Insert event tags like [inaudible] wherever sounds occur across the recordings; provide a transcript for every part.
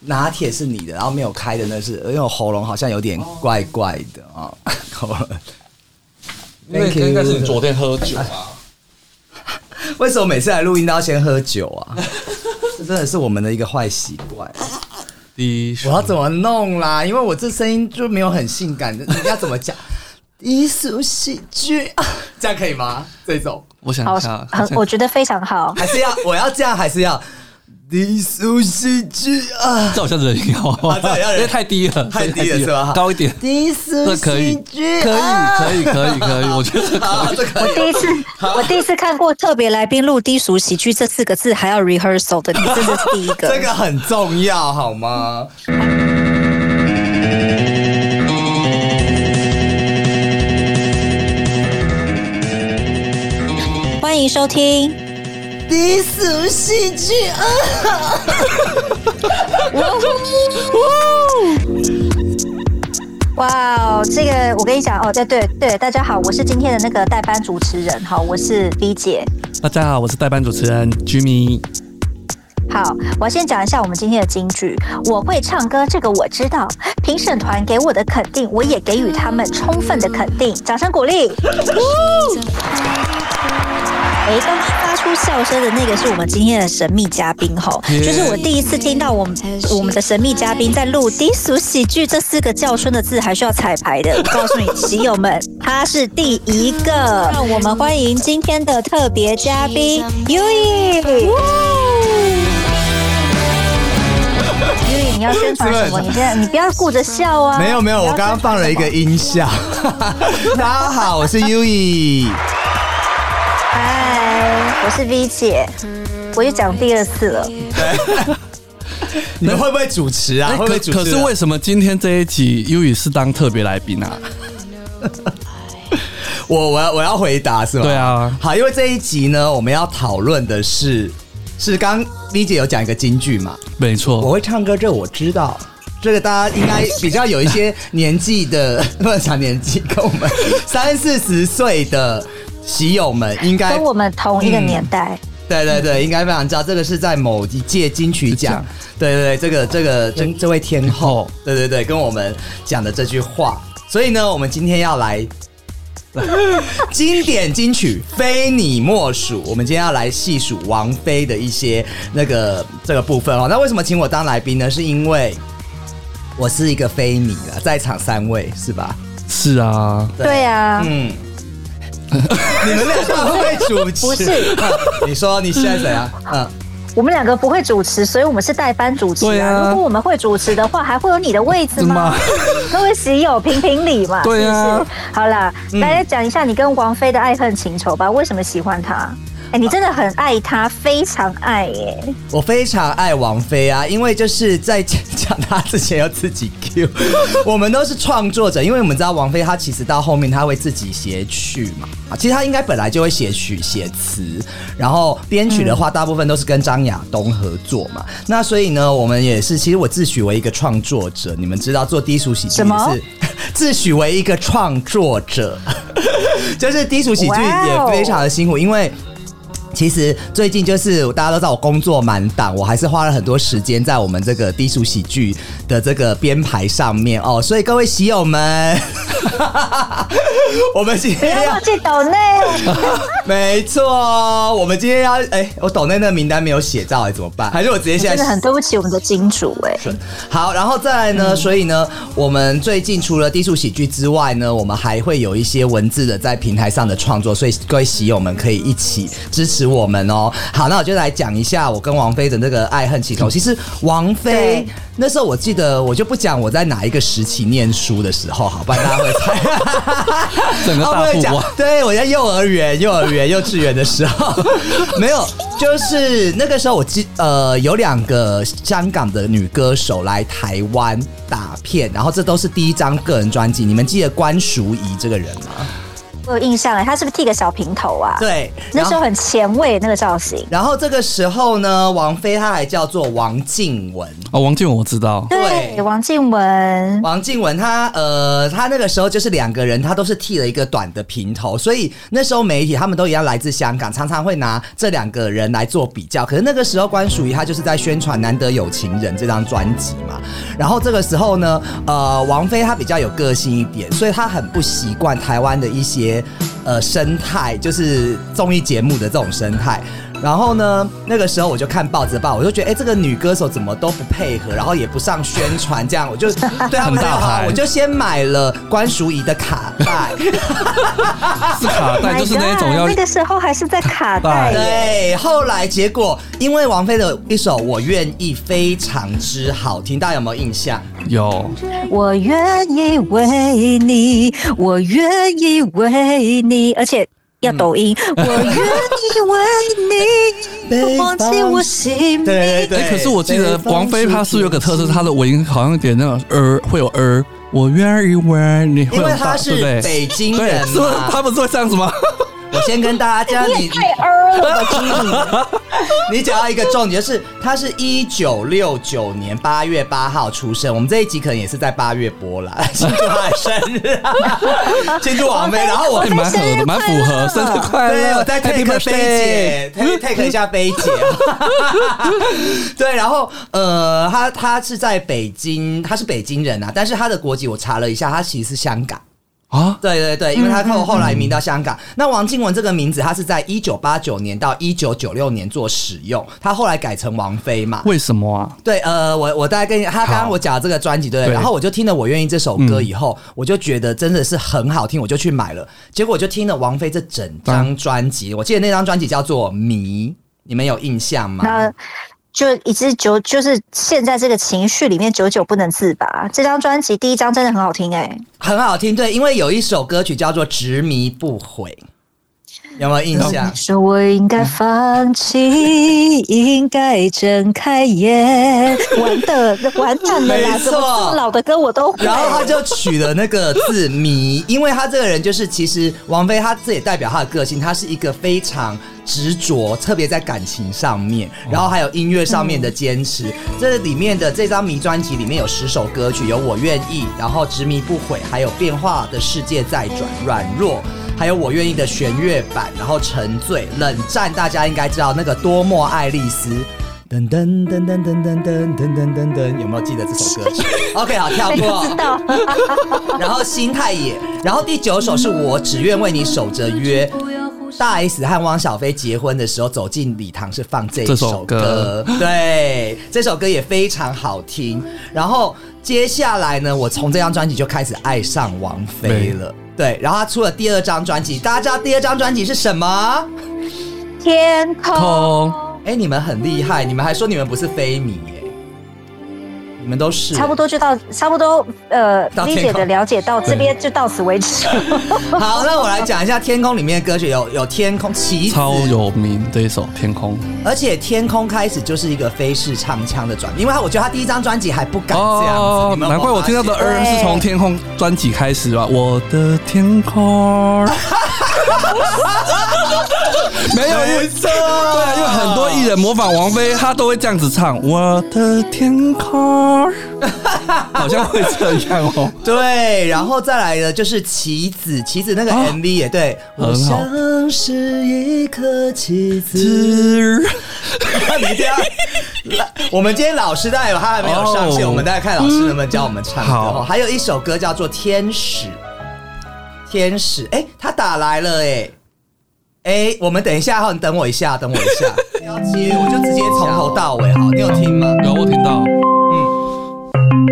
拿铁是你的，然后没有开的那是，因为我喉咙好像有点怪怪的啊、 [laughs] 哦，喉咙。那 Thank you 应该是你昨天喝酒吧？为什么每次来录音都要先喝酒啊？ [laughs] 这真的是我们的一个坏习惯。第一，我要怎么弄啦？因为我这声音就没有很性感，你要怎么讲？ [laughs] 艺术喜剧， [laughs] 这样可以吗？这种我想啊好一下，，好 [laughs] 很像我觉得非常 [laughs] 好。还是要我要这样，还是要艺术喜剧啊？这好像人妖 [laughs] [laughs] 啊这好像人因为太低了，太低了这是吧高一点， [laughs] 艺术这可以，喜可剧以，啊可以，可以，可以，我觉 [laughs] 得啊，这可我以。第一次，我第一次看过特别来宾录低俗喜剧这四个字还要 rehearsal 的，你真的是第一个。这个很重要，好吗？欢迎收听，低俗喜剧啊！哇哦，这个我跟你讲哦，对对对，大家好，我是今天的那个代班主持人，好，我是 V 姐。大家好，我是代班主持人 Jimmy。好，我要先讲一下我们今天的金句。我会唱歌，这个我知道。评审团给我的肯定，我也给予他们充分的肯定，掌声鼓励。哎，刚刚发出笑声的那个是我们今天的神秘嘉宾吼，耶就是我第一次听到我们我们的神秘嘉宾在录低俗喜剧这四个叫春的字还需要彩排的，我告诉你，喜友们，他是第一个。让我们欢迎今天的特别嘉宾 y u i y u i 你要宣 [laughs] 传什么？你现在你不要顾着笑啊！没有没有，我刚刚放了一个音效。 [laughs] 大家好，我是 U [laughs] E。嗨，哎我是 V 姐，我又讲第二次了。你们会不会主持啊？哎会不可会主持啊？可是为什么今天这一集优宇是当特别来宾啊？我我要我要回答是吗？对啊好，因为这一集呢，我们要讨论的是是刚 V 姐有讲一个金句嘛，没我错，会唱歌，这我知道。这个大家应该比较有一些年纪的， [laughs] 不能讲年纪，跟我们三四十岁的喜友们应该跟我们同一个年代。对对对，应该非常知道，这个是在某一届金曲奖奖，对对对，这个这个这这位天后后，对对对，跟我们讲的这句话，所以呢，我们今天要来 [laughs] 经典金曲非你莫属，我们今天要来细数王菲的一些那个这个部分哦。那为什么请我当来宾呢？是因为我是一个非你了，在场三位是吧？是啊，对啊，嗯，你们两个会主持？不是， [laughs] 你说你现在怎样？嗯。我们两个不会主持，所以我们是代班主持对啊。啊如果我们会主持的话，还会有你的位置吗？ [laughs] 各位喜友，评评理嘛。对啊是不是好啦，嗯大家讲一下你跟王菲的爱恨情仇吧。为什么喜欢她？哎，你真的很爱她，非常爱耶。我非常爱王菲啊，因为就是在讲讲她之前要自己 [laughs] Q，我们都是创作者，因为我们知道王菲她其实到后面她会自己写曲嘛，啊其实她应该本来就会写曲写词，然后编曲的话大部分都是跟张亚东合作嘛，那所以呢，我们也是，其实我自诩为一个创作者，你们知道做低俗喜剧什么也是自诩为一个创作者， [laughs] 就是低俗喜剧也非常的辛苦，因为。其实最近就是大家都知道我工作满档，我还是花了很多时间在我们这个低俗喜剧的这个编排上面哦，所以各位喜友们， [laughs] 我们今不天要要忘哎记抖内，没错，我们今天要哎、我抖内那个名单没有写到、哎，怎么办？还是我直 [laughs] 接现真在的很对不起我们的金主哎。好，然后再来呢，所以呢，我们最近除了低俗喜剧之外呢，我们还会有一些文字的在平台上的创作，所以各位喜友们可以一起支持我们哦。好，那我就来讲一下我跟王菲的那个爱恨情仇。其实王菲对那时候我记得，我就不讲我在哪一个时期念书的时候，好，不然大家会猜。整个哦，大不富能讲翁。，对我在幼儿园、幼儿园、幼稚园的时候，没有，就是那个时候我记呃有两个香港的女歌手来台湾打片，然后这都是第一张个人专辑。你们记得关淑怡这个人吗？我有印象哎，他是不是剃个小平头啊？，对，那然时后候很前卫那个造型。然后这个时候呢，王菲她还叫做王静雯。哦，王静雯我知道，对对，王静雯，王静雯她呃，她那个时候就是两个人，她都是剃了一个短的平头，所以那时候媒体他们都一样来自香港，常常会拿这两个人来做比较。可是那个时候关淑怡她就是在宣传《难得有情人》这张专辑嘛，然后这个时候呢，呃，王菲她比较有个性一点，所以她很不习惯台湾的一些呃生态，就是综艺节目的这种生态。然后呢，那个时候我就看报纸报，我就觉得，哎、这个女歌手怎么都不配合，然后也不上宣传，这样我就对啊他们很好，大牌我就先买了关淑怡的卡带，啊是卡 Oh 带，就是那一种 My 要哎 God，那个时候还是在 [laughs] 卡带耶，对，后来结果因为王菲的一首《我愿意》非常之好听，大家有没有印象？有我愿意为你，我愿意为你，而且要抖音。我嗯愿 [laughs] 意为北你，方忘记我姓名。对对对。哎、可是我记得北方王菲她是有个特色，是她的尾音好像有点那种儿会有儿，我愿意为你会因有为大，她对不是对？北京对，人是不是嘛，她不是会这样子吗？我先跟大家你你 [laughs] 也太儿了吧，你讲到一个重点，就是她是一九六九年八月八号出生，我们这一集可能也是在八月播啦， [laughs] 庆祝她的生日，啊 [laughs] 庆祝王菲。然后我哎，蛮合的，蛮符合，生日快对，乐！我再呃 Happy take 菲姐 birthday [laughs]，take take 一下菲姐。啊 [laughs] 对，然后呃，他他是在北京，他是北京人啊，但是他的国籍我查了一下，他其实是香港。啊！对对对，因为他后后来移嗯民到香港。那王静雯这个名字，他是在一九八九年到一九九六年做使用，他后来改成王菲嘛。为什么啊？对，呃，我我大概跟你，他刚刚好我讲这个专辑，对不对？对然后我就听了《我愿意》这首歌以后，我就觉得真的是很好听，我就去买了。结果我就听了王菲这整张专辑，我记得那张专辑叫做《迷》，你们有印象吗？那就一直久，就是陷在这个情绪里面，久久不能自拔。这张专辑第一张真的很好听哎、很好听，对，因为有一首歌曲叫做《执迷不悔》，有没有印象你？说我应该放弃，应该睁开眼。完的，完蛋了啦！没错怎么这么老的歌我都会。然后他就取了那个字“迷”，因为他这个人就是，其实王菲她自己代表她的个性，她是一个非常执着，特别在感情上面，然后还有音乐上面的坚持。这里面的这张《迷》专辑里面有十首歌曲，有《我愿意》，然后《执迷不悔》，还有《变化的世界在转》，软弱。还有我愿意的弦乐版，然后沉醉、冷战，大家应该知道那个多么爱丽丝，噔噔噔噔噔噔噔噔噔噔噔，有没有记得这首 [laughs] 歌曲？OK，好，跳没过。知道，然后心态也，然后第九首是我只愿为你守着约。大 S 和汪小菲结婚的时候走进礼堂是放这一这首首歌歌，对，这首歌也非常好听。然后接下来呢，我从这张专辑就开始爱上王菲了。对，然后他出了第二张专辑，大家知道第二张专辑是什么？天空。空哎，你们很厉害，你们还说你们不是非迷耶，你们都是差不多就到，差不多，呃到，理天解空的了解到这边就到此为止。好，那我来讲一下《天空》里面的歌曲，有有《天空》棋子超有名的一首《天空》而且《天空》开始就是一个非式唱腔的转变，因为他我觉得他第一张专辑还不敢这样子，你们有没有哦难怪我听到的发现儿对是从《天空》专辑开始吧？我的天空，没有因为错对啊，因为很多艺人模仿王菲，她都会这样子唱我的天空，好像会这样哦。对，然后再来的就是棋子，棋子那个啊 MV 也对，很好我像是一颗棋子。是 [laughs] 你这样，我们今天老师大概有他还没有上线哦我们大家看老师能不能教我们唱歌。好哦还有一首歌叫做《天使》，天使，哎、他打来了、哎。哎、我们等一下哈，你等我一下，等我一下，不 [laughs] 要接，我就直接从头到尾好，你有听吗？有我听到，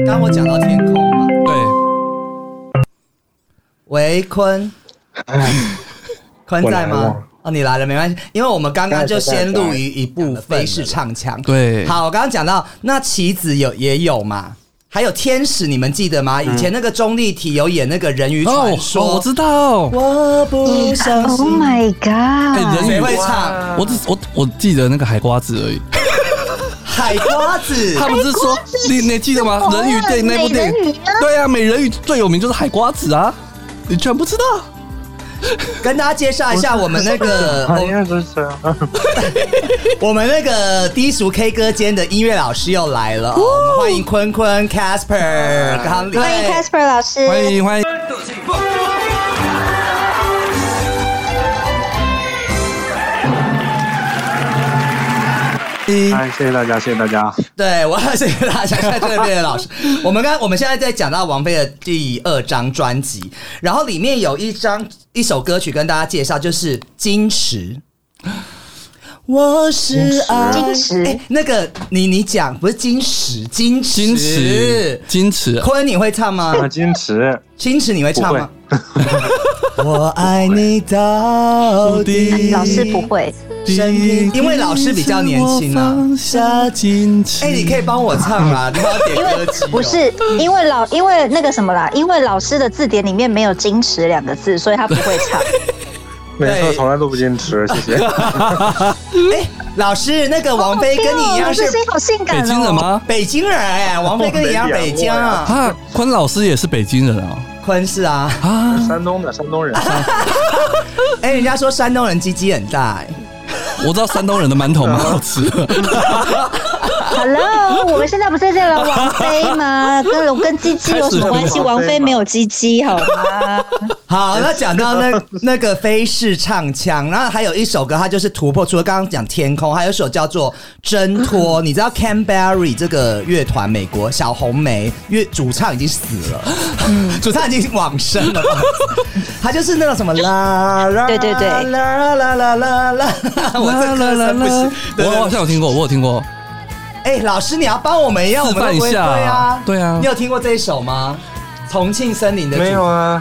刚我讲到天空嘛，对，维 [laughs] 坤，坤我在来吗了？哦，你来了，没关系，因为我们刚刚就先录一一部非式唱腔。对好，我刚刚讲到那棋子有也有嘛，还有天使，你们记得吗？嗯以前那个钟丽缇有演那个人鱼传哦，说，我知道，我不 [laughs] 相 Oh 信。 my 哎， god！谁人会鱼，唱我只我我记得那个海瓜子而已。海瓜子？他们是说，你你记得吗？什么啊人鱼对那部电哎美人鱼影啊，对啊，美人鱼最有名就是海瓜子啊，你居然不知道？跟大家介绍一下我们那个啊，应该不是这样。 [laughs] 我们那个低俗 K 歌间的音乐老师又来了，哦、我们欢迎坤坤、Casper、康丽，欢迎 Casper 老师，欢迎欢迎。嗨，哎谢谢大家，谢谢大家。对，我要谢谢大家，现在真的变成老师。我们刚我们现在在讲到王菲的第二张专辑，然后里面有一张一首歌曲跟大家介绍，就是《矜持》。我是爱矜持哎那个你你讲不是矜持，矜持，矜持，矜持，坤你会唱吗？啊，矜持，矜持你会唱吗？ [laughs] 我爱你到底，老师不会，生命因为老师比较年轻啊放下矜持。哎、你可以帮我唱啊，你帮我点因歌为集、哦。不是因为老因为那个什么啦，因为老师的字典里面没有“矜持”两个字，所以他不会唱。每对次从来都不矜持，谢 [laughs] 谢。哎、老师，那个王菲跟你一样是哦最近好性感北哦，京人吗？北京人哎、王菲跟你一样北京啊，啊，坤老师也是北京人啊、坤是啊，哦、啊！山东的山东 [laughs] 人，哎、人家说山东人鸡鸡很大、哎我知道山东人的馒头蛮好吃的，哦？Hello，我们现在不是在这聊王菲吗？跟我跟鸡鸡有什么关系？王菲没有鸡鸡，好吗？好，那讲到那 [laughs] 那个菲式唱腔，然后还有一首歌，它就是突破，除了刚刚讲天空，还有一首叫做《挣脱》。你知道 Canberry 这个乐团，美国小红梅乐主唱已经死了，主唱已经往生 [laughs] 了，他就是那种什么啦啦，对对对啦啦啦啦啦， [laughs] 我这歌声不行，对我对好像有听过，我有听过，哎，老师你要帮我们一样，我示们范会一不会下对啊，对啊你有听过这一首吗？重庆森林的主没有啊？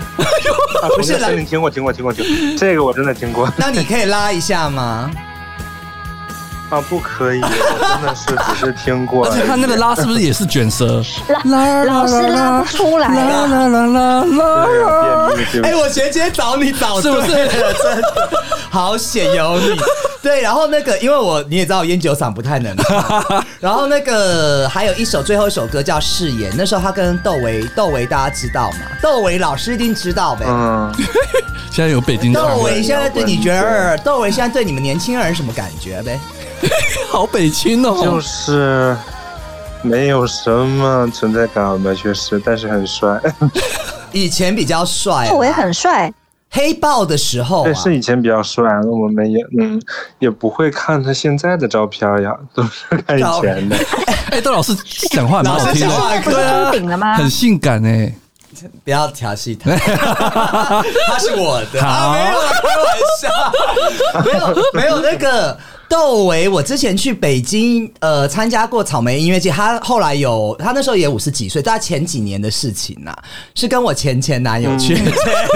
啊不是啦你听过，听过，听过，听过，这个我真的听过那你可以拉一下吗？啊，不可以，我真的是只是听过而 [laughs] 且他那个拉是不是也是卷舌？老老师拉不出来啦啊。啦啦啦啦对啦！有便秘对不哎、起我学姐找你找是不是对了？真的好险有你。对，然后那个，因为我你也知道，我烟酒嗓不太能 [laughs] 唱。然后那个还有一首，最后一首歌叫《誓言》，那时候他跟窦唯，窦唯大家知道吗？窦唯老师一定知道呗。嗯，现在有 [laughs] 北京窦腔，唯现在对你觉得，窦唯现在对你们年轻人什么感觉呗？好北京就哦！是没有什么存在感吧，确实，但是很帅。以前比较帅窦唯啊，很帅，黑豹的时候啊 [laughs] 但，是以前比较帅，那我们也嗯也不会看他现在的照片呀，都是看以前的。哎，窦老师讲话蛮好听老师讲话的，不是秃顶了吗？很性感哎。不要调戏 [laughs] 他，他是我的，啊、好没有啦，开玩笑，没有没有那个。窦唯，我之前去北京，呃，参加过草莓音乐季，他后来有，他那时候也五十几岁，大概前几年的事情呐、是跟我前前男友去，嗯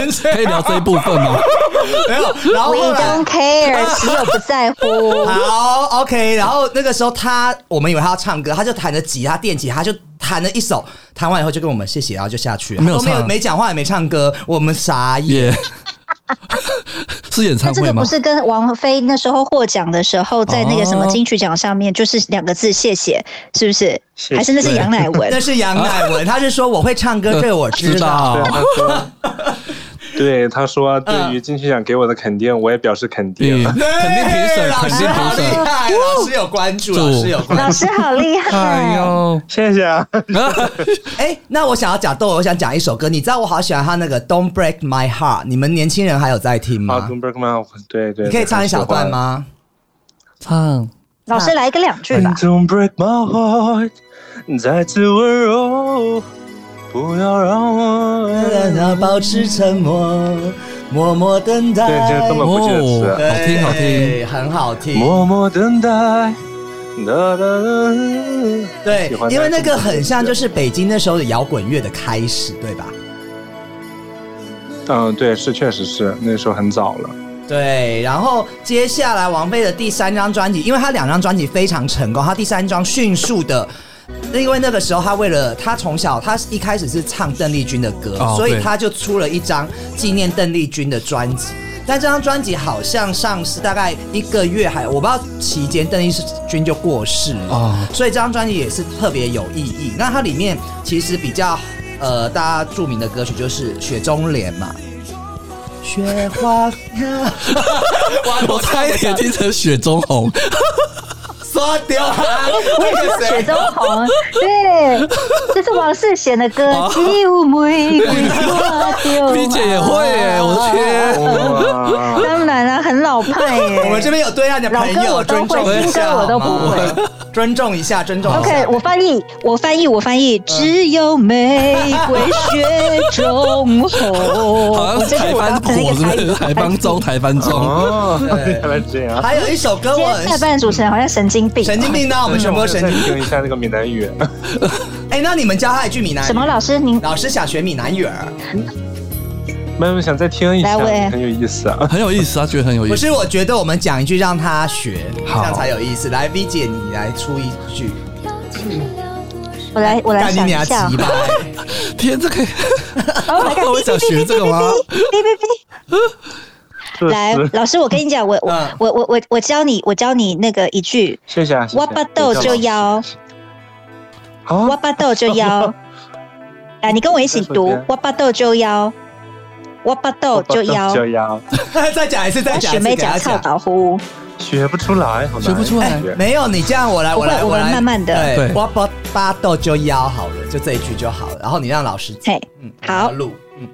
前前可以聊这一部分吗？ [laughs] 没有，然后 We 后来 don't care，只有不在乎。好，OK。然后那个时候他，我们以为他要唱歌，他就弹着吉他、电吉他，就弹了一首，弹完以后就跟我们谢谢，然后就下去了，没有都没有唱没讲话也没唱歌，我们傻眼。也 [laughs] 是演那唱这会个吗不？是跟王菲那时候获奖的时候，在那个什么哦金曲奖上面，就是两个字“谢谢”，是不是？谢谢还是那是杨乃文 [laughs] 那？是杨乃 [laughs] 文，他是说我会唱歌，对我知道。嗯对，他说， [laughs] 对他说，对于金曲奖给我的肯定，我也表示肯嗯，定。肯定评对审，老肯师定好评厉审。害，老师有关注，祝老师有关注。老师好厉哎害！呦，谢谢啊，嗯哎、那我想要讲豆，我想讲一首歌，你知道我好喜欢他那个《Don't Break My Heart》，你们年轻人还有在听啊吗？ ，Don Bergman，对对，你可以唱一小段？吗？ [laughs] 唱老师来个两句吧 And。don't break my heart，再次温柔，不要让我。保持沉默，默默等待。对就这么哦，我不记得词对好听好听。，很好听。默默等待，哒哒哒。对喜欢，因为那个很像就是北京那时候的摇滚乐的开始，对吧？嗯，对，是确实是那时候很早 [laughs] 了。对，然后接下来王菲的第三张专辑，因为她两张专辑非常成功，她第三张迅速的。因为那个时候，她为了她从小，她一开始是唱邓丽君的歌，哦所以对她就出了一张纪念邓丽君的专辑。但这张专辑好像上市大概一个月还，我不知道期间邓丽君就过世了。哦啊所以这张专辑也是特别有意义。那它里面其实比较呃大家著名的歌曲就是《雪中莲》嘛，《雪花呀，我差一点听成雪中红，刷掉它。我也是雪中红，对，这是王世贤的歌哦《九妹花哦丢》。冰姐也会耶，我 [laughs] 天！哇，当然啦、很老派耶。我们这边有对岸的朋老歌友，我都尊会重一新下歌我都好吗不尊重一下，尊重一下。 OK，我翻译，我翻译，我翻嗯译，只有玫瑰雪中红。哦好像我是这台我湾刚才那国，个是台不语是？台湾中，台湾中。哦， [laughs] 对原来这样。还有一首歌今我天代很班主持人好像神经病。神经。病呢，我们全部都神再经病。听一下那个闽南语，哎，那你们教他一句闽南语什么老师您？老师想学闽南语儿，妹妹想再听一下来，喂很有意思啊。 [laughs] 很有意思，他觉得很有意不思。是？我觉得我们讲一句让他学，这好样才有意思。来，V 姐，你来出一句，我来，我来干你想一俩急下。吧！天，这个哦 [laughs] Oh my god，我想学这 [laughs] 个吗？[laughs] 这来是，老师，我跟你讲，我我嗯我我我我教你，我教你那个一句，谢谢啊，谢谢挖巴豆就腰，啊挖，巴豆就腰。来，你跟我一起这读首歌，挖巴豆就腰，挖巴豆就腰。就腰， [laughs] 再讲一次，再讲学一次，妹给他讲操讲。导呼，学不出来，好难学不出来哎，没有你这样，我来，不会我来，我们来，慢慢的对，对我八八豆就腰好了，就这一句就好了。然后你让老师讲，嘿，嗯，好然后录，嗯，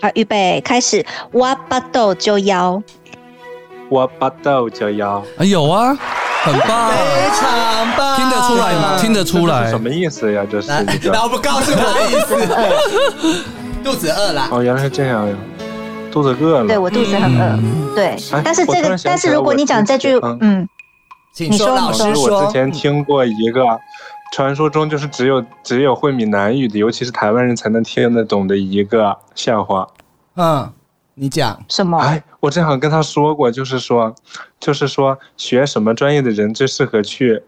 好，预备开始，挖巴豆就腰，我巴豆就腰，啊有啊，很棒，非常棒，听得出来吗？听得出这是来什。么意思呀？这 [laughs] 是哦来一，来，个我不告诉我的意思， [laughs] 肚子饿啦。哦，原来是这样呀，肚子饿对了。我肚子很饿，嗯对哎，但是我这突个然，想但起是来如果我你讲之这句前，嗯，请你说说，老你师说哦我说之，前听过一个传说中就是只有只有会闽南语的，尤其是台湾人才能听得懂的一个笑话。嗯，你讲，什么？哎，我正好跟他说过，就是说，就是说学什么专业的人最适合去，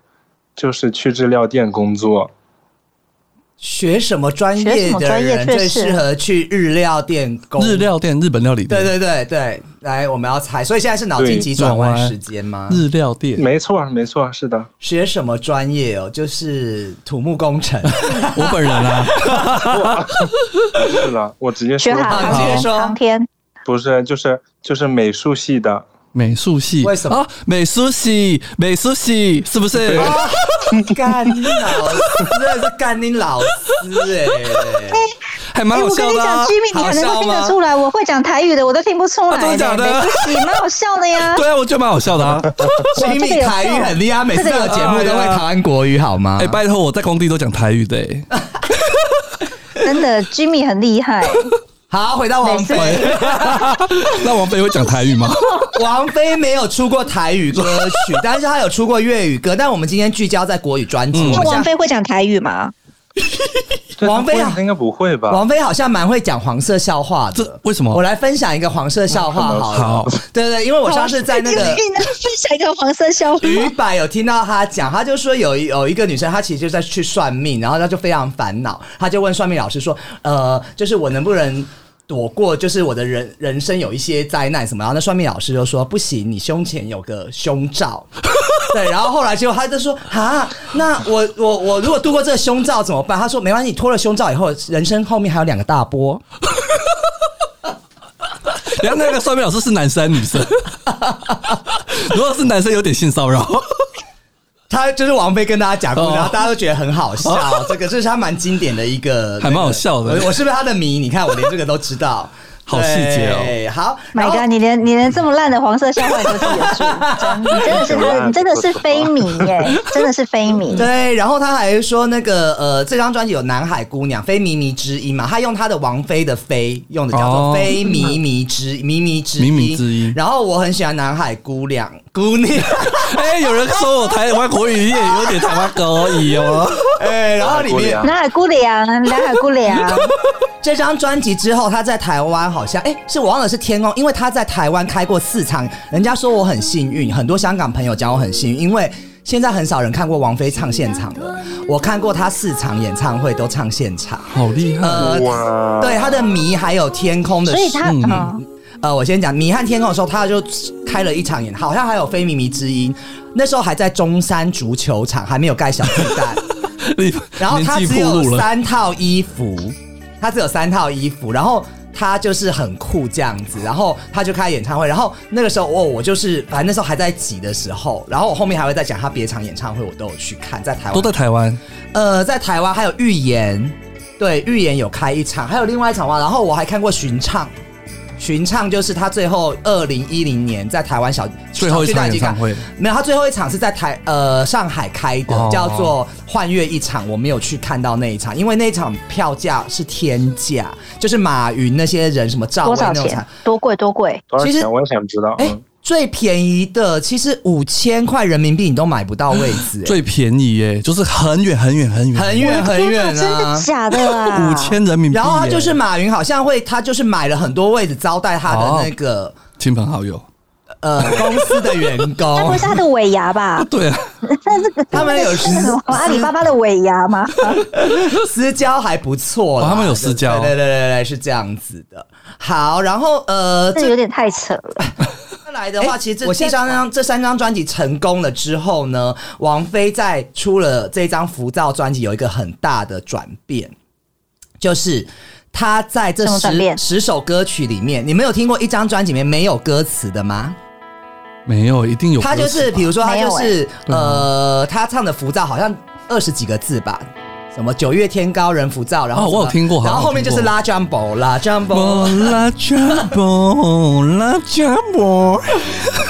就是去日料店工作。学什么专学业什么的专业人最最适适合去日料店工？日，料店，日本料理店，对对对对，来，我们要猜，所以现在是脑筋急转弯时间吗？日料店。没错，没错，是的。学什么专业哦？就是土木工程。我本 [laughs] 人啊，是了，我直接说学，好好航直接天，说航天，不是，就是就是美术系的，美术系，为什么啊？美术系，美术系，是不是？干你老师，真的是干你老师哎、还蛮哎，好我跟笑你的讲啊。 ，Jimmy，你好可能笑会听吗得出来，我会讲台语的，我都听不出来，真的假的没关系，蛮好笑的呀。对啊，我觉得蛮好笑 [laughs] 的啊。所以你台语很厉害，每次上的节目都会台湾国语好吗？哎，拜托，我在工地都讲台语的 [laughs] 欸。真的，Jimmy 很厉害，好，回到王菲，那王菲会讲台语吗？ [laughs] 王菲没有出过台语歌曲，但是她有出过粤语歌。但我们今天聚焦在国语专辑，我们那嗯王现在菲会讲台语吗？这王菲啊他应该不会吧？王菲好像蛮会讲黄色笑话的这。为什么我来分享一个黄色笑话好了。好对对，因为我上次在那好个啊。Jimmy，那分享一个黄色笑话。于柏有听到他讲，他就说有一有一个女生，她其实就在去算命，然后她就非常烦恼，她就问算命老师说，呃，就是我能不能？躲过就是我的人人生有一些灾难什么，然后那算命老师就说不行，你胸前有个胸罩， [laughs] 对，然后后来结果他就说啊，那我我我如果度过这个胸罩怎么办？他说没关系，你脱了胸罩以后，人生后面还有两个大波， [laughs] 然后那个算命老师是男生还是女生？ [laughs] 如果是男生，有点性骚扰。 [laughs] 他就是王菲跟大家讲过，哦然后大家都觉得很好笑，这个这是他蛮经典的一个， [laughs] 还蛮好笑的那个我我是不是他的迷？你看我连这个都知道， [laughs] 好细节哦对。好 My 然后 God，你连你连这么烂的黄色笑话你都记得住，真你真的 [laughs] 是他，你真的是非迷耶， [laughs] 真的是非迷。对，然后他还说那个呃，这张专辑有《南海姑娘》《非靡靡之音》嘛，他用他的王菲的“非”用的叫做“哦非靡靡之靡靡之靡靡之音然后我很喜欢《南海姑娘》姑娘， [laughs] 哎，有人说我台湾国语也有点台湾国语哦。哎，然后里面南海姑娘，南海姑娘，这张专辑之后，他在台湾好像，哎、是我忘了是天空，因为他在台湾开过四场，人家说我很幸运，很多香港朋友讲我很幸运，因为现在很少人看过王菲唱现场了，嗯我看过她四场演唱会都唱现场，好厉害！呃，哇，对她的迷还有天空的所事，以他嗯啊，呃，我先讲《迷和天空》的时候，他就开了一场演，好像还有《非靡靡之音》，那时候还在中山足球场，还没有盖小巨蛋。你然后年他纪只暴有露了，三套衣服，他只有三套衣服，然后他就是很酷这样子，然后他就开演唱会，然后那个时候哦，我就是反正那时候还在挤的时候，然后我后面还会再讲他别场演唱会，我都有去看，在台湾都在台湾。呃，在台湾还有预言，对，预言有开一场，还有另外一场哇，然后我还看过巡唱。巡唱就是他最后二零一零年在台湾小最后一小巨蛋已场演唱，会经看没有，他最后一场是在台呃上海开的，哦叫做幻乐一场，我没有去看到那一场，因为那一场票价是天价，就是马云那些人什么赵哦多薇少那种钱场，？多贵多贵？多少其实钱我也想知道。哎、嗯最便宜的其实五千块人民币你都买不到位置、哎最便宜耶，就是很远很远很远，很远很远天哪真啊的。假的啊？五千人民币耶。然后他就是马云，好像会他就是买了很多位置招待他的那个、哦亲朋好友，？呃公司的员该不工会， [laughs] 是他的尾牙吧 [laughs] 对啊，他们有啊是什么阿里巴巴的尾牙吗？私交还不错啦、哦他们有私交对对对对对，是这样子的。好，然后呃，这这有点太扯了。再来的话，哎其实这我第现三在张这三张专辑成功了之后呢，王菲在出了这张《浮躁》专辑有一个很大的转变，就是。她在这什么转十变十首歌曲里面，你没有听过一张专辑里面没有歌词的吗？没有一定有歌他词吧。就是，比如说他没有就是、呃，他唱的《浮躁》好像二十几个字吧。什么九月天高人浮躁，然后哦什么我有听过好像然后后面有就听是过嗯拉 jumbo 拉 jumbo，啦加波啦加波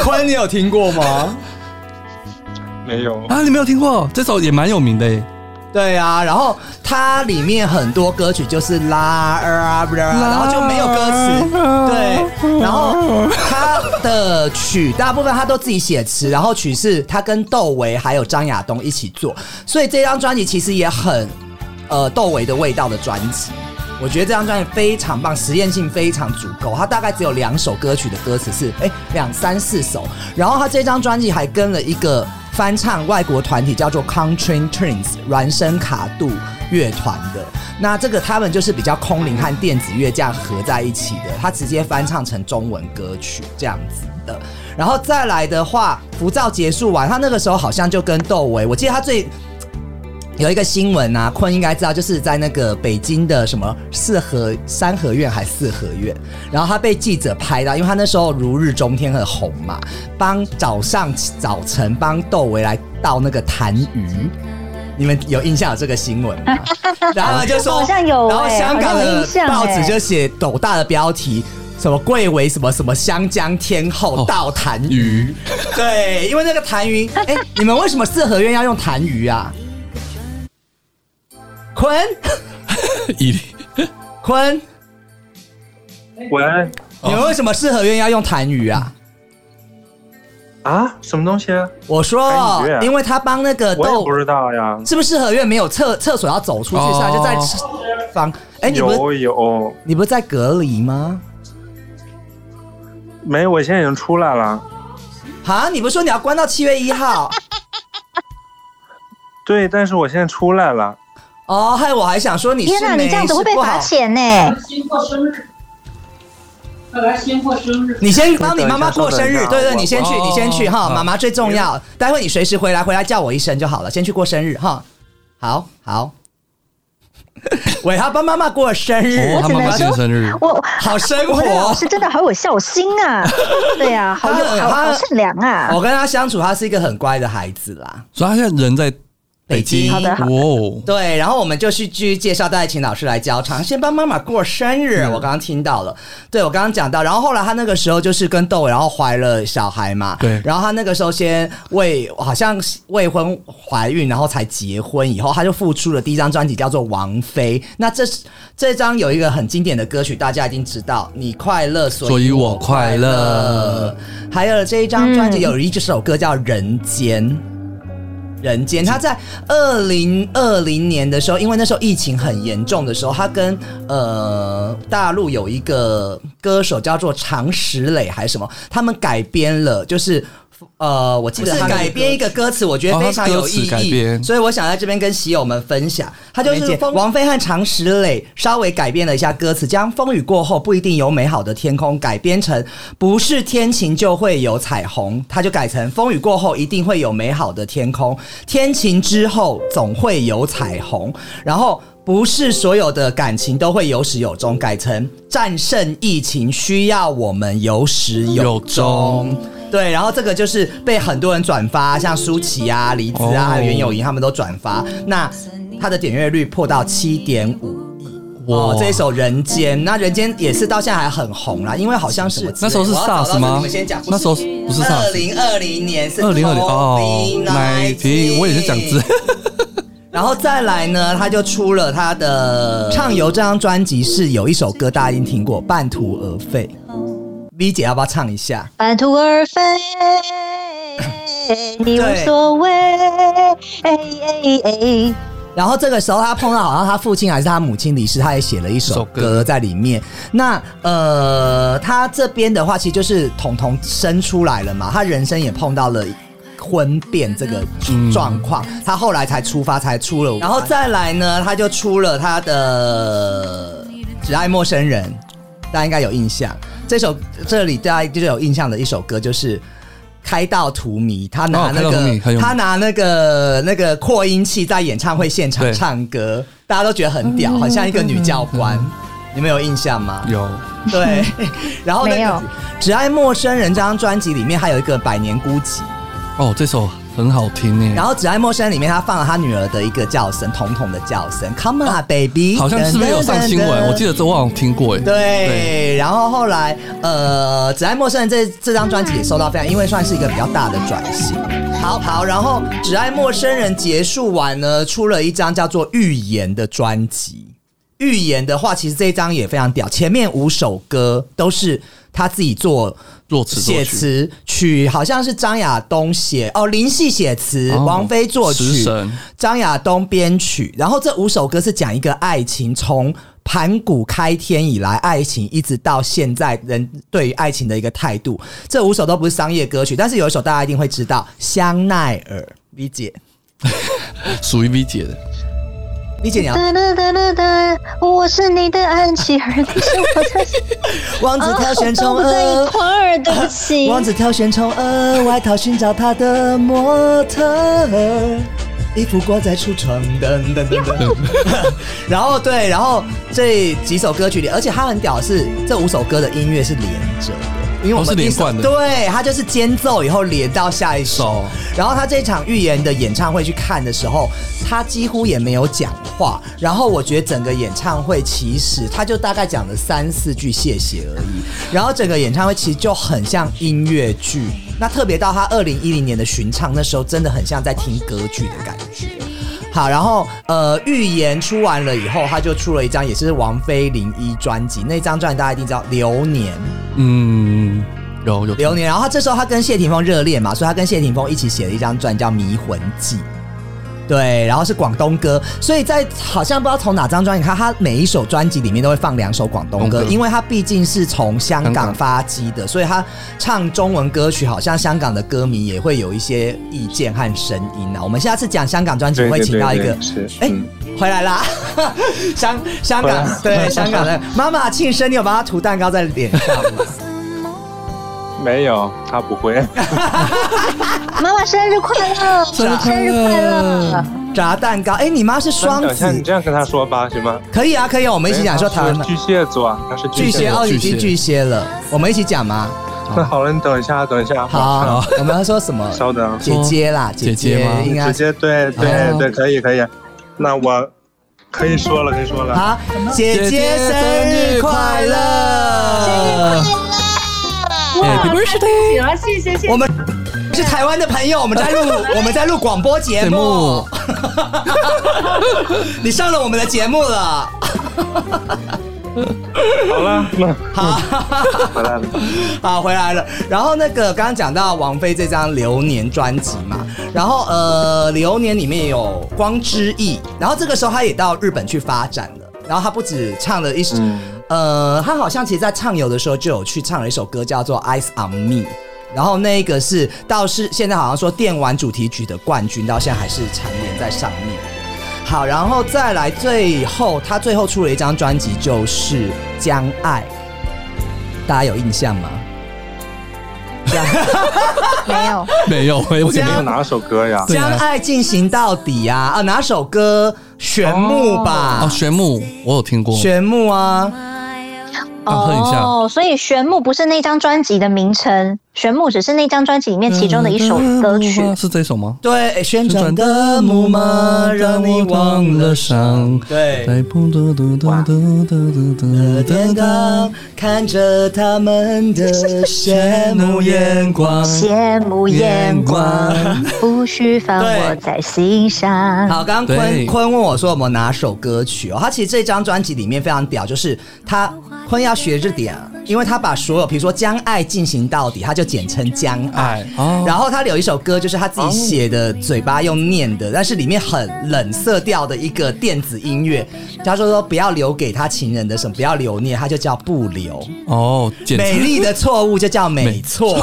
坤你有听过吗？嗯没有，啊！你没有听过这首也蛮有名的耶，对啊，然后它里面很多歌曲就是拉啊，然后就没有歌 [laughs] 词，对，然后他的曲大部分他都自己写词，然后曲是他跟窦唯还有张亚东一起做，所以这张专辑其实也很呃窦唯的味道的专辑。我觉得这张专辑非常棒，实验性非常足够。它大概只有两首歌曲的歌词是，哎，两三四首。然后它这张专辑还跟了一个翻唱外国团体，叫做 Country Twins 孪生卡杜乐团的。那这个他们就是比较空灵和电子乐这样合在一起的，它直接翻唱成中文歌曲这样子的。然后再来的话，浮躁结束完，他那个时候好像就跟窦唯，我记得他最有一个新闻啊，坤应该知道，就是在那个北京的什么四合三合院还四合院，然后他被记者拍到，因为他那时候如日中天很红嘛，帮早上早晨帮窦唯来倒那个痰盂。你们有印象有这个新闻 [laughs] 吗？然后他就说，好像有然后欸香港好像有的印象报纸欸就写斗大的标题，什么贵为什么什么香江天后哦倒痰盂，鱼对，因为那个痰盂，哎、你们为什么四合院要用痰盂啊？坤一坤，喂你们为什么四合院要用痰盂啊？啊，什么东西？我说痰盂，啊因为他帮那个我也窦不，知道呀。是不是四合院没有厕厕所要走出去，哦所以他就在房。哎、你不是有有你不是在隔离吗？没有？我现在已经出来了。啊，你不是说你要关到七月一号？对，但是我现在出来了。哦，害我还想说你是天哪，你没这样子是会被不好罚钱呢！他先过生日，他来先过生日。你先帮你妈妈过生日，稍等一下对对，我你先去，哦你先去哈，好妈妈最重要。待会你随时回来，回来叫我一声就好了，先去过生日哈。好好， [laughs] 伟他帮妈妈过生日哦，，他只妈妈能今天说生日，我好生哦我的老活。师真的好有孝心 [laughs] 啊！对呀，好有好好善良啊！我跟他相处，他是一个很乖的孩子啦。所以他现在人在北北京。京哇哦，对，然后我们就去继续介绍，再请老师来教唱，先帮妈妈过生嗯日。我刚刚听到了，对我刚刚讲到，然后后来他那个时候就是跟窦唯，然后怀了小孩嘛，对然后他那个时候先未好像是未婚怀孕，然后才结婚，以后他就复出了第一张专辑叫做《王妃》。那这是这张有一个很经典的歌曲，大家一定知道，《你快乐所所以以我我快快乐乐》，嗯还有这一张专辑有一首歌叫《人间》。人间，他在二零二零年的时候，因为那时候疫情很严重的时候，他跟呃大陆有一个歌手叫做常石磊还是什么，他们改编了就是。呃，我记得不是他改编一个歌词，我觉得哦它非是常有歌词意改义。编所以我想在这边跟喜友们分享，他就没是见风王菲和常石磊稍微改变了一下歌词，将“风雨过后不一定有美好的天空”改编成“不是天晴就会有彩虹”，他就改成“风雨过后一定会有美好的天空，天晴之后总会有彩虹”，然后。不是所有的感情都会有始有终，改成战胜疫情需要我们有始有有终终。对，然后这个就是被很多人转发，像舒淇啊、李子啊、哦还有袁咏仪他们都转发。那它的点阅率破到七点五哦，这一首《人间》，那《人间》也是到现在还很红啦，因为好像是那时候是我要找到 SARS 吗你们先讲，那时候不是二 SARS，零二零年是二零二零哦 COVID-19 我也是讲字。然后再来呢，他就出了他的《畅游》这张专辑，是有一首歌大家一定听过，《半途而废》。V 姐要不要唱一下？半途而废，你无所谓。哎哎哎，然后这个时候，他碰到好像他父亲还是他母亲离世，他也写了一首一首歌在里面。那呃，他这边的话，其实就是彤彤生出来了嘛，他人生也碰到了。婚变这个状况，他后来才出发，才出了，然后再来呢，他就出了他的《只爱陌生人》，大家应该有印象。这首这里大家就是有印象的一首歌，就是《开到荼蘼》，他拿哦那开到荼蘼很个有名他拿那个那个扩音器在演唱会现场对唱歌，大家都觉得很嗯屌，好像一个女教官。你们有印象 [laughs] 吗？有对，然后那个没有《只爱陌生人》这张专辑里面还有一个《百年孤寂》，嗯哦，这首很好听诶。然后《只爱陌生人》里面他放了他女儿的一个叫声，彤彤的叫声，Come on baby，好像是不是有上新噔噔噔闻？噔我记得这我好像听过诶。对，然后后来，呃，《只爱陌生人这》这张专辑也收到非常，因为算是一个比较大的转型。好好，然后《只爱陌生人》结束完呢，出了一张叫做《预言》的专辑。预言的话，其实这一张也非常屌，前面五首歌都是他自己做作词作写曲，词曲，好像是张亚东写哦，林夕写词，哦王菲作食曲神，张亚东编曲。然后这五首歌是讲一个爱情，从盘古开天以来，爱情一直到现在人对于爱情的一个态度。这五首都不是商业歌曲，但是有一首大家一定会知道，《香奈儿》V 姐属于 V 姐的。 ，V 姐你啊要哒哒哒哒哒，我是你的安琪儿，你是我的王子挑选都宠不在一儿。块儿，对不起。王子挑选宠儿，外套寻找他的模特儿，衣服挂在橱窗，噔噔噔噔。然后对，然后这几首歌曲里，而且它很屌的是，这五首歌的音乐是连着的，因为我们哦是连一首贯的对，它就是间奏以后连到下一首首。然后他这场预言的演唱会去看的时候，他几乎也没有讲话。然后我觉得整个演唱会其实他就大概讲了三四句谢谢而已。然后整个演唱会其实就很像音乐剧，那特别到他二零一零年的巡唱，那时候真的很像在听歌剧的感觉。好，然后呃，预言出完了以后，他就出了一张也是王菲零一专辑，那张专辑大家一定知道《流年》。嗯，有有流年。然后他这时候他跟谢霆锋热恋嘛，所以他跟谢霆锋一起写了一张专辑叫《迷魂记》。对，然后是广东歌，所以在好像不知道从哪张专辑看，他每一首专辑里面都会放两首广东歌，广东歌因为他毕竟是从香香港港发迹的，所以他唱中文歌曲，好像香港的歌迷也会有一些意见和声音啊。我们下次讲香港专辑，对我会对请到一对个对，是哎、嗯回来啦！ [laughs] 香香回来港了对香港的妈妈庆生，你有帮她涂蛋糕在脸上吗？没有，他不会。妈妈生日快乐，生日快生日快乐！炸蛋糕，哎、你妈是双等一下，子你，这样跟他说吧，行吗？可以啊，可以啊，我们一起讲说台他湾是嘛巨蟹座，他是巨蟹座。哦，已经巨蟹巨蟹了，我们一起讲嘛。那好了，你等一下，等一下，好，啊，我们要说什么？稍等，姐姐啦，姐姐姐吗应该直接对哦对对，可以可以。那我可以说了，可以说了。好，姐姐姐姐生生日日快快乐！ Happy [laughs] 行，谢谢谢谢我们是台湾的朋友，我们在录我们在录广播节节目目， [laughs] 你上了我们的节目了。好了，那好，回来了。 [laughs] 好，回来了。然后那个刚刚讲到王菲这张《流年》专辑嘛，然后呃，《流年》里面有《光之翼》，然后这个时候她也到日本去发展了。然后她不止唱了一首，嗯呃，她好像其实在唱游的时候就有去唱了一首歌叫做《Eyes on Me》。然后那一个是到是现在好像说电玩主题曲的冠军，到现在还是蝉联在上面。好，然后再来最后，他最后出了一张专辑，就是《将爱》，大家有印象吗？没有，没有，我也没这有样是哪首歌呀？对啊将爱进行到底啊！啊，哪首歌？玄木吧，哦，玄木我有听过，玄木啊，啊哼一下哦，所以玄木不是那张专辑的名称，玄木只是那张专辑里面其中的一首歌曲。是这首吗？对，旋转的木马让你忘了伤，对，的天堂看着他们 [laughs] 的羡慕眼光。羡慕眼光，不需放嗯对我在心上。好，刚刚对坤坤问我说我们哪首歌曲哦？他其实这张专辑里面非常屌，就是他坤要学这点，因为他把所有，比如说《将爱进行到底》，他就简称《将爱》爱哦然后他有一首歌就是他自己写的，嘴巴用念的，但是里面很冷色调的一个电子音乐。他说说不要留给他情人的什么，不要留念，他就叫不留。哦，简美称丽的错误就叫美错，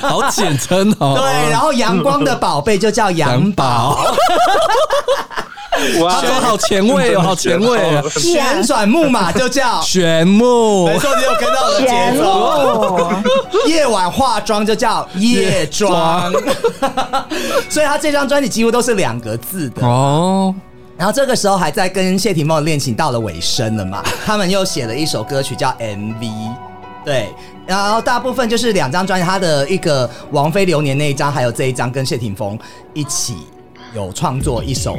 好简称哦， [laughs] 对，然后阳光的宝贝就叫阳杨宝。宝，哇他说好前卫哦，好前卫啊，，旋转木马就叫玄木没错，你有跟到我的玄节奏。木，夜晚化妆就叫夜妆， [laughs] 所以他这张专辑几乎都是两个字的。哦，然后这个时候还在跟谢霆锋的恋情到了尾声了嘛， [laughs] 他们又写了一首歌曲叫 MV，对，然后大部分就是两张专辑，他的一个《王菲流年》那一张，还有这一张跟谢霆锋一起有创作一首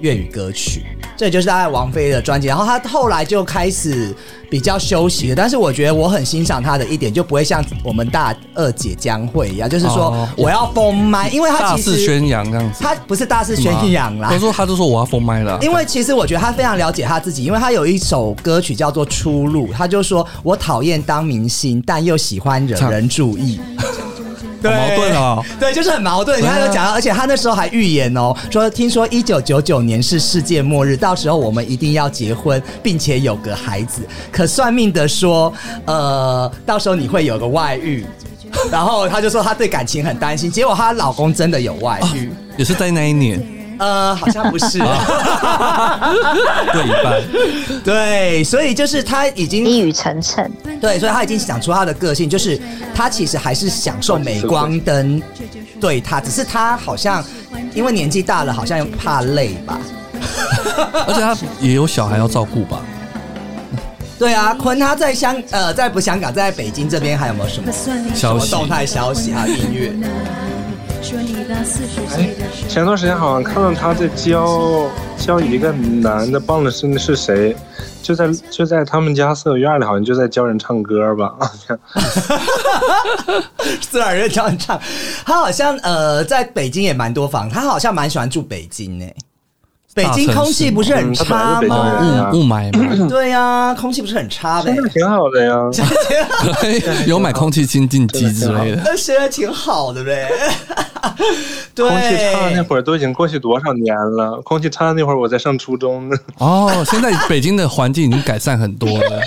粤语歌曲，这就是大概王菲的专辑。然后他后来就开始比较休息了，但是我觉得我很欣赏他的一点，就不会像我们大二姐江蕙一样，啊就是说哦我要封麦，因为他大其肆实啊宣扬这样子，他不是大肆宣扬啦，他说他就说我要封麦了，因为其实我觉得他非常了解他自己，因为他有一首歌曲叫做《出路》，他就说我讨厌当明星，但又喜欢惹唱人注意。好矛盾哦，对，就是很矛盾。对啊他有讲到，而且他那时候还预言哦，说听说一九九九年是世界末日，到时候我们一定要结婚，并且有个孩子。可算命的说，呃，到时候你会有个外遇。然后他就说他对感情很担心，结果她老公真的有外遇。也是在那一年呃，好像不 [laughs] 是。 [laughs] 啊对一半，对，所以就是他已经一语成谶。对，所以他已经讲出他的个性，就是他其实还是享受镁光灯对他，只是他好像因为年纪大了，好像怕累吧。而且他也有小孩要照顾吧，对啊，坤他在香呃，在不香港，在北京这边还有没有什么消什息么动态消息啊？音乐 [laughs] 哎，前段时间好像看到他在教教一个男的，忘了是是谁，就在就在他们家四合院里，好像就在教人唱歌吧。自然人这样唱，他好像呃，在北京也蛮多房，他好像蛮喜欢住北京呢、北京空气不是很差大城市哦吗？嗯雾雾霾嘛，对啊，空气不是很差呗 [laughs] 真。的哎挺好的呀，对 [laughs] 有买空气清净机之类的，那现在挺好的 [laughs] 呗。对，空气差那会儿都已经过去多少年了？空气差那会儿我在上初中呢。 [laughs] 哦，现在北京的环境已经改善很多了，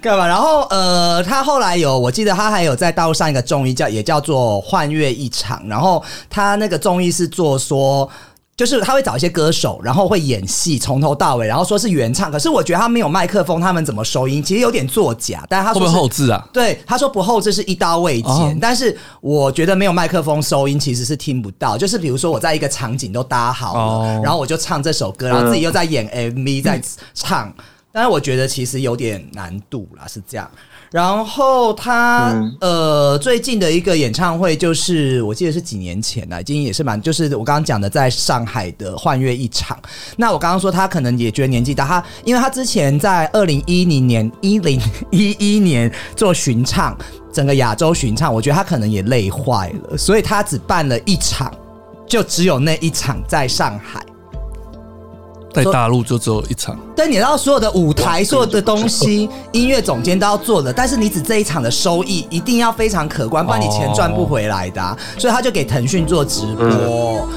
干嘛？然后呃，他后来有，我记得他还有在大陆上一个综艺叫也叫做《幻乐一场》，然后他那个综艺是做说。就是他会找一些歌手，然后会演戏，从头到尾，然后说是原唱。可是我觉得他没有麦克风，他们怎么收音，其实有点作假。但 [laughs] 是他说会不会是后置啊？对，他说不后置是一刀未剪，哦但是我觉得没有麦克风收音其实是听不到。就是比如说我在一个场景都搭好了，哦嗯然后我就唱这首歌，然后自己又在演 MV 在唱，但是我觉得其实有点难度啦，是这样。然后他、嗯呃最近的一个演唱会就是我记得是几年前啊啦，已经也是蛮就是我刚刚讲的在上海的幻乐一场。那我刚刚说他可能也觉得年纪大，他因为他之前在二零一零年一零一一年做巡唱，整个亚洲巡唱，我觉得他可能也累坏了，所以他只办了一场，就只有那一场在上海。在大陆就只有一场，但你知道所有的舞台、所有的东西，音乐总监都要做的，但是你只这一场的收益一定要非常可观，不然你钱赚不回来的啊、所以他就给腾讯做直播，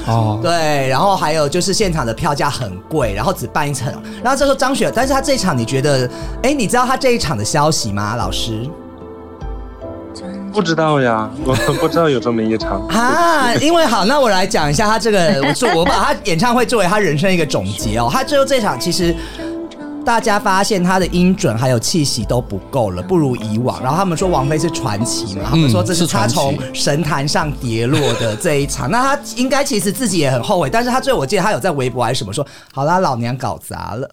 哦对，然后还有就是现场的票价很贵，然后只办一场。然后这时候张雪，但是他这一场你觉得，哎，你知道他这一场的消息吗，老师？不知道呀，我不知道有这么 [laughs] 一场。啊，因为好，那我来讲一下他这个，我做我把他演唱会作为他人生一个总结哦。他最后这场其实大家发现他的音准还有气息都不够了，不如以往。然后他们说王菲是传奇嘛，他们说这是是他传奇从神坛上跌落的这一场。那他应该其实自己也很后悔，但是他最后我记得他有在微博还是什么说，好啦，老娘搞砸了。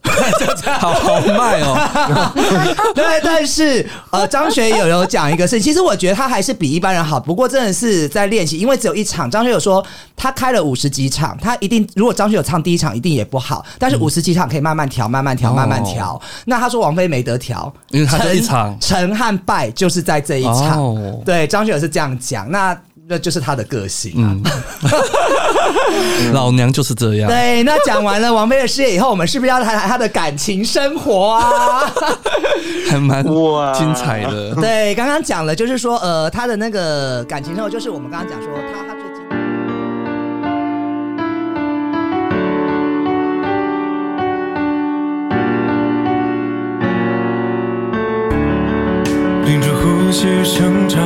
好豪迈哦， [laughs] 对，但是呃，张学友有讲一个事情，其实我觉得他还是比一般人好，不过真的是在练习，因为只有一场。张学友说他开了五十几场，他一定如果张学友唱第一场一定也不好，但是五十几场可以慢慢调，慢慢调，嗯哦慢慢调。那他说王菲没得调，因为他这一 [laughs] 场成和败就是在这一场。哦对，张学友是这样讲，那那就是他的个性啊。嗯 [laughs] 老娘就是这样。嗯对，那讲完了王菲的事业以后，我们是不是要谈谈她的感情生活啊？还蛮哇精彩的。对，刚刚讲了，就是说，呃，他的那个感情生活，就是我们刚刚讲说，他他最近。屏住呼吸生长，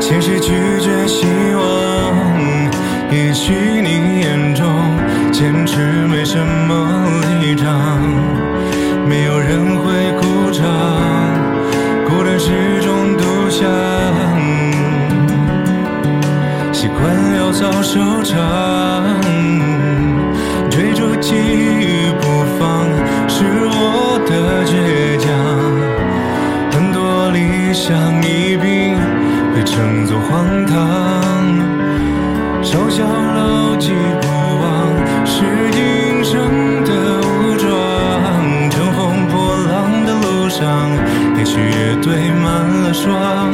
险些拒绝希望。也许你眼中坚持没什么立场，没有人会鼓掌，孤单是种独享，习惯潦草收场，追逐记忆不放是我的倔强。很多理想一并被称作荒唐，手巧牢记不忘是今生的武装。乘风破浪的路上，也许也堆满了霜，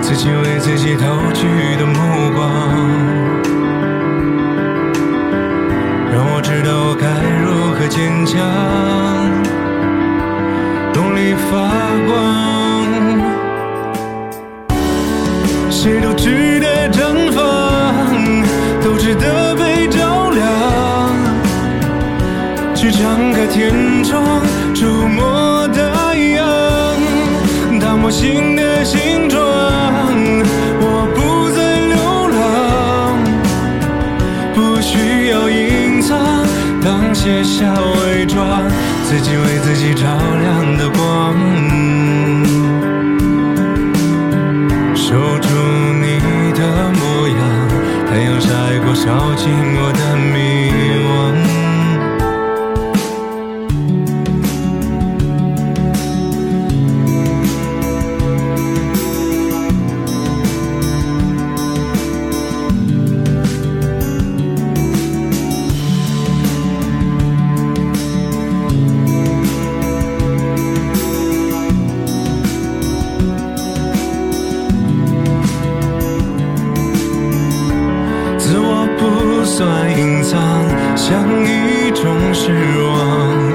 自己为自己投去的目光。让我知道我该如何坚强。动力发光，谁都值得绽放，都值得被照亮。去敞开天窗，触摸太阳，打磨新的形状。我不再流浪，不需要隐藏，当卸下伪装，自己为自己照亮的光，守住你的模样，太阳晒过，烧尽我的迷惘。自我不算隐藏，像一种失望。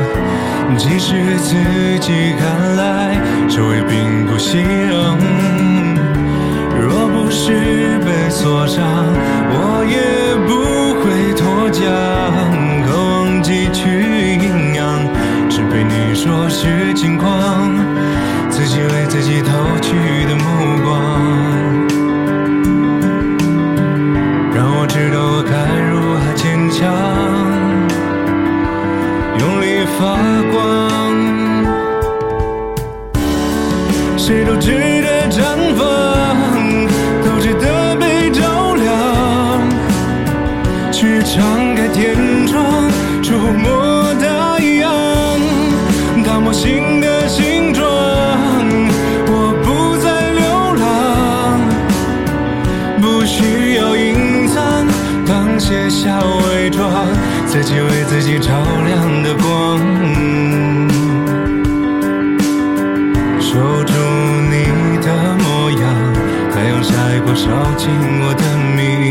即使自己看来周围并不熙攘，若不是被锁上，我也不会脱缰。渴望汲取营养，只被你说是轻狂，自己为自己投去的目光。让我知道我该如何坚强，用力发光。谁都值得绽放，都值得被照亮。去敞开天窗，触摸太阳，打磨新的形状。我不再流浪。不需要隐藏，当卸下伪装，自己为自己照亮的光，守住你的模样，太阳晒过，烧尽我的迷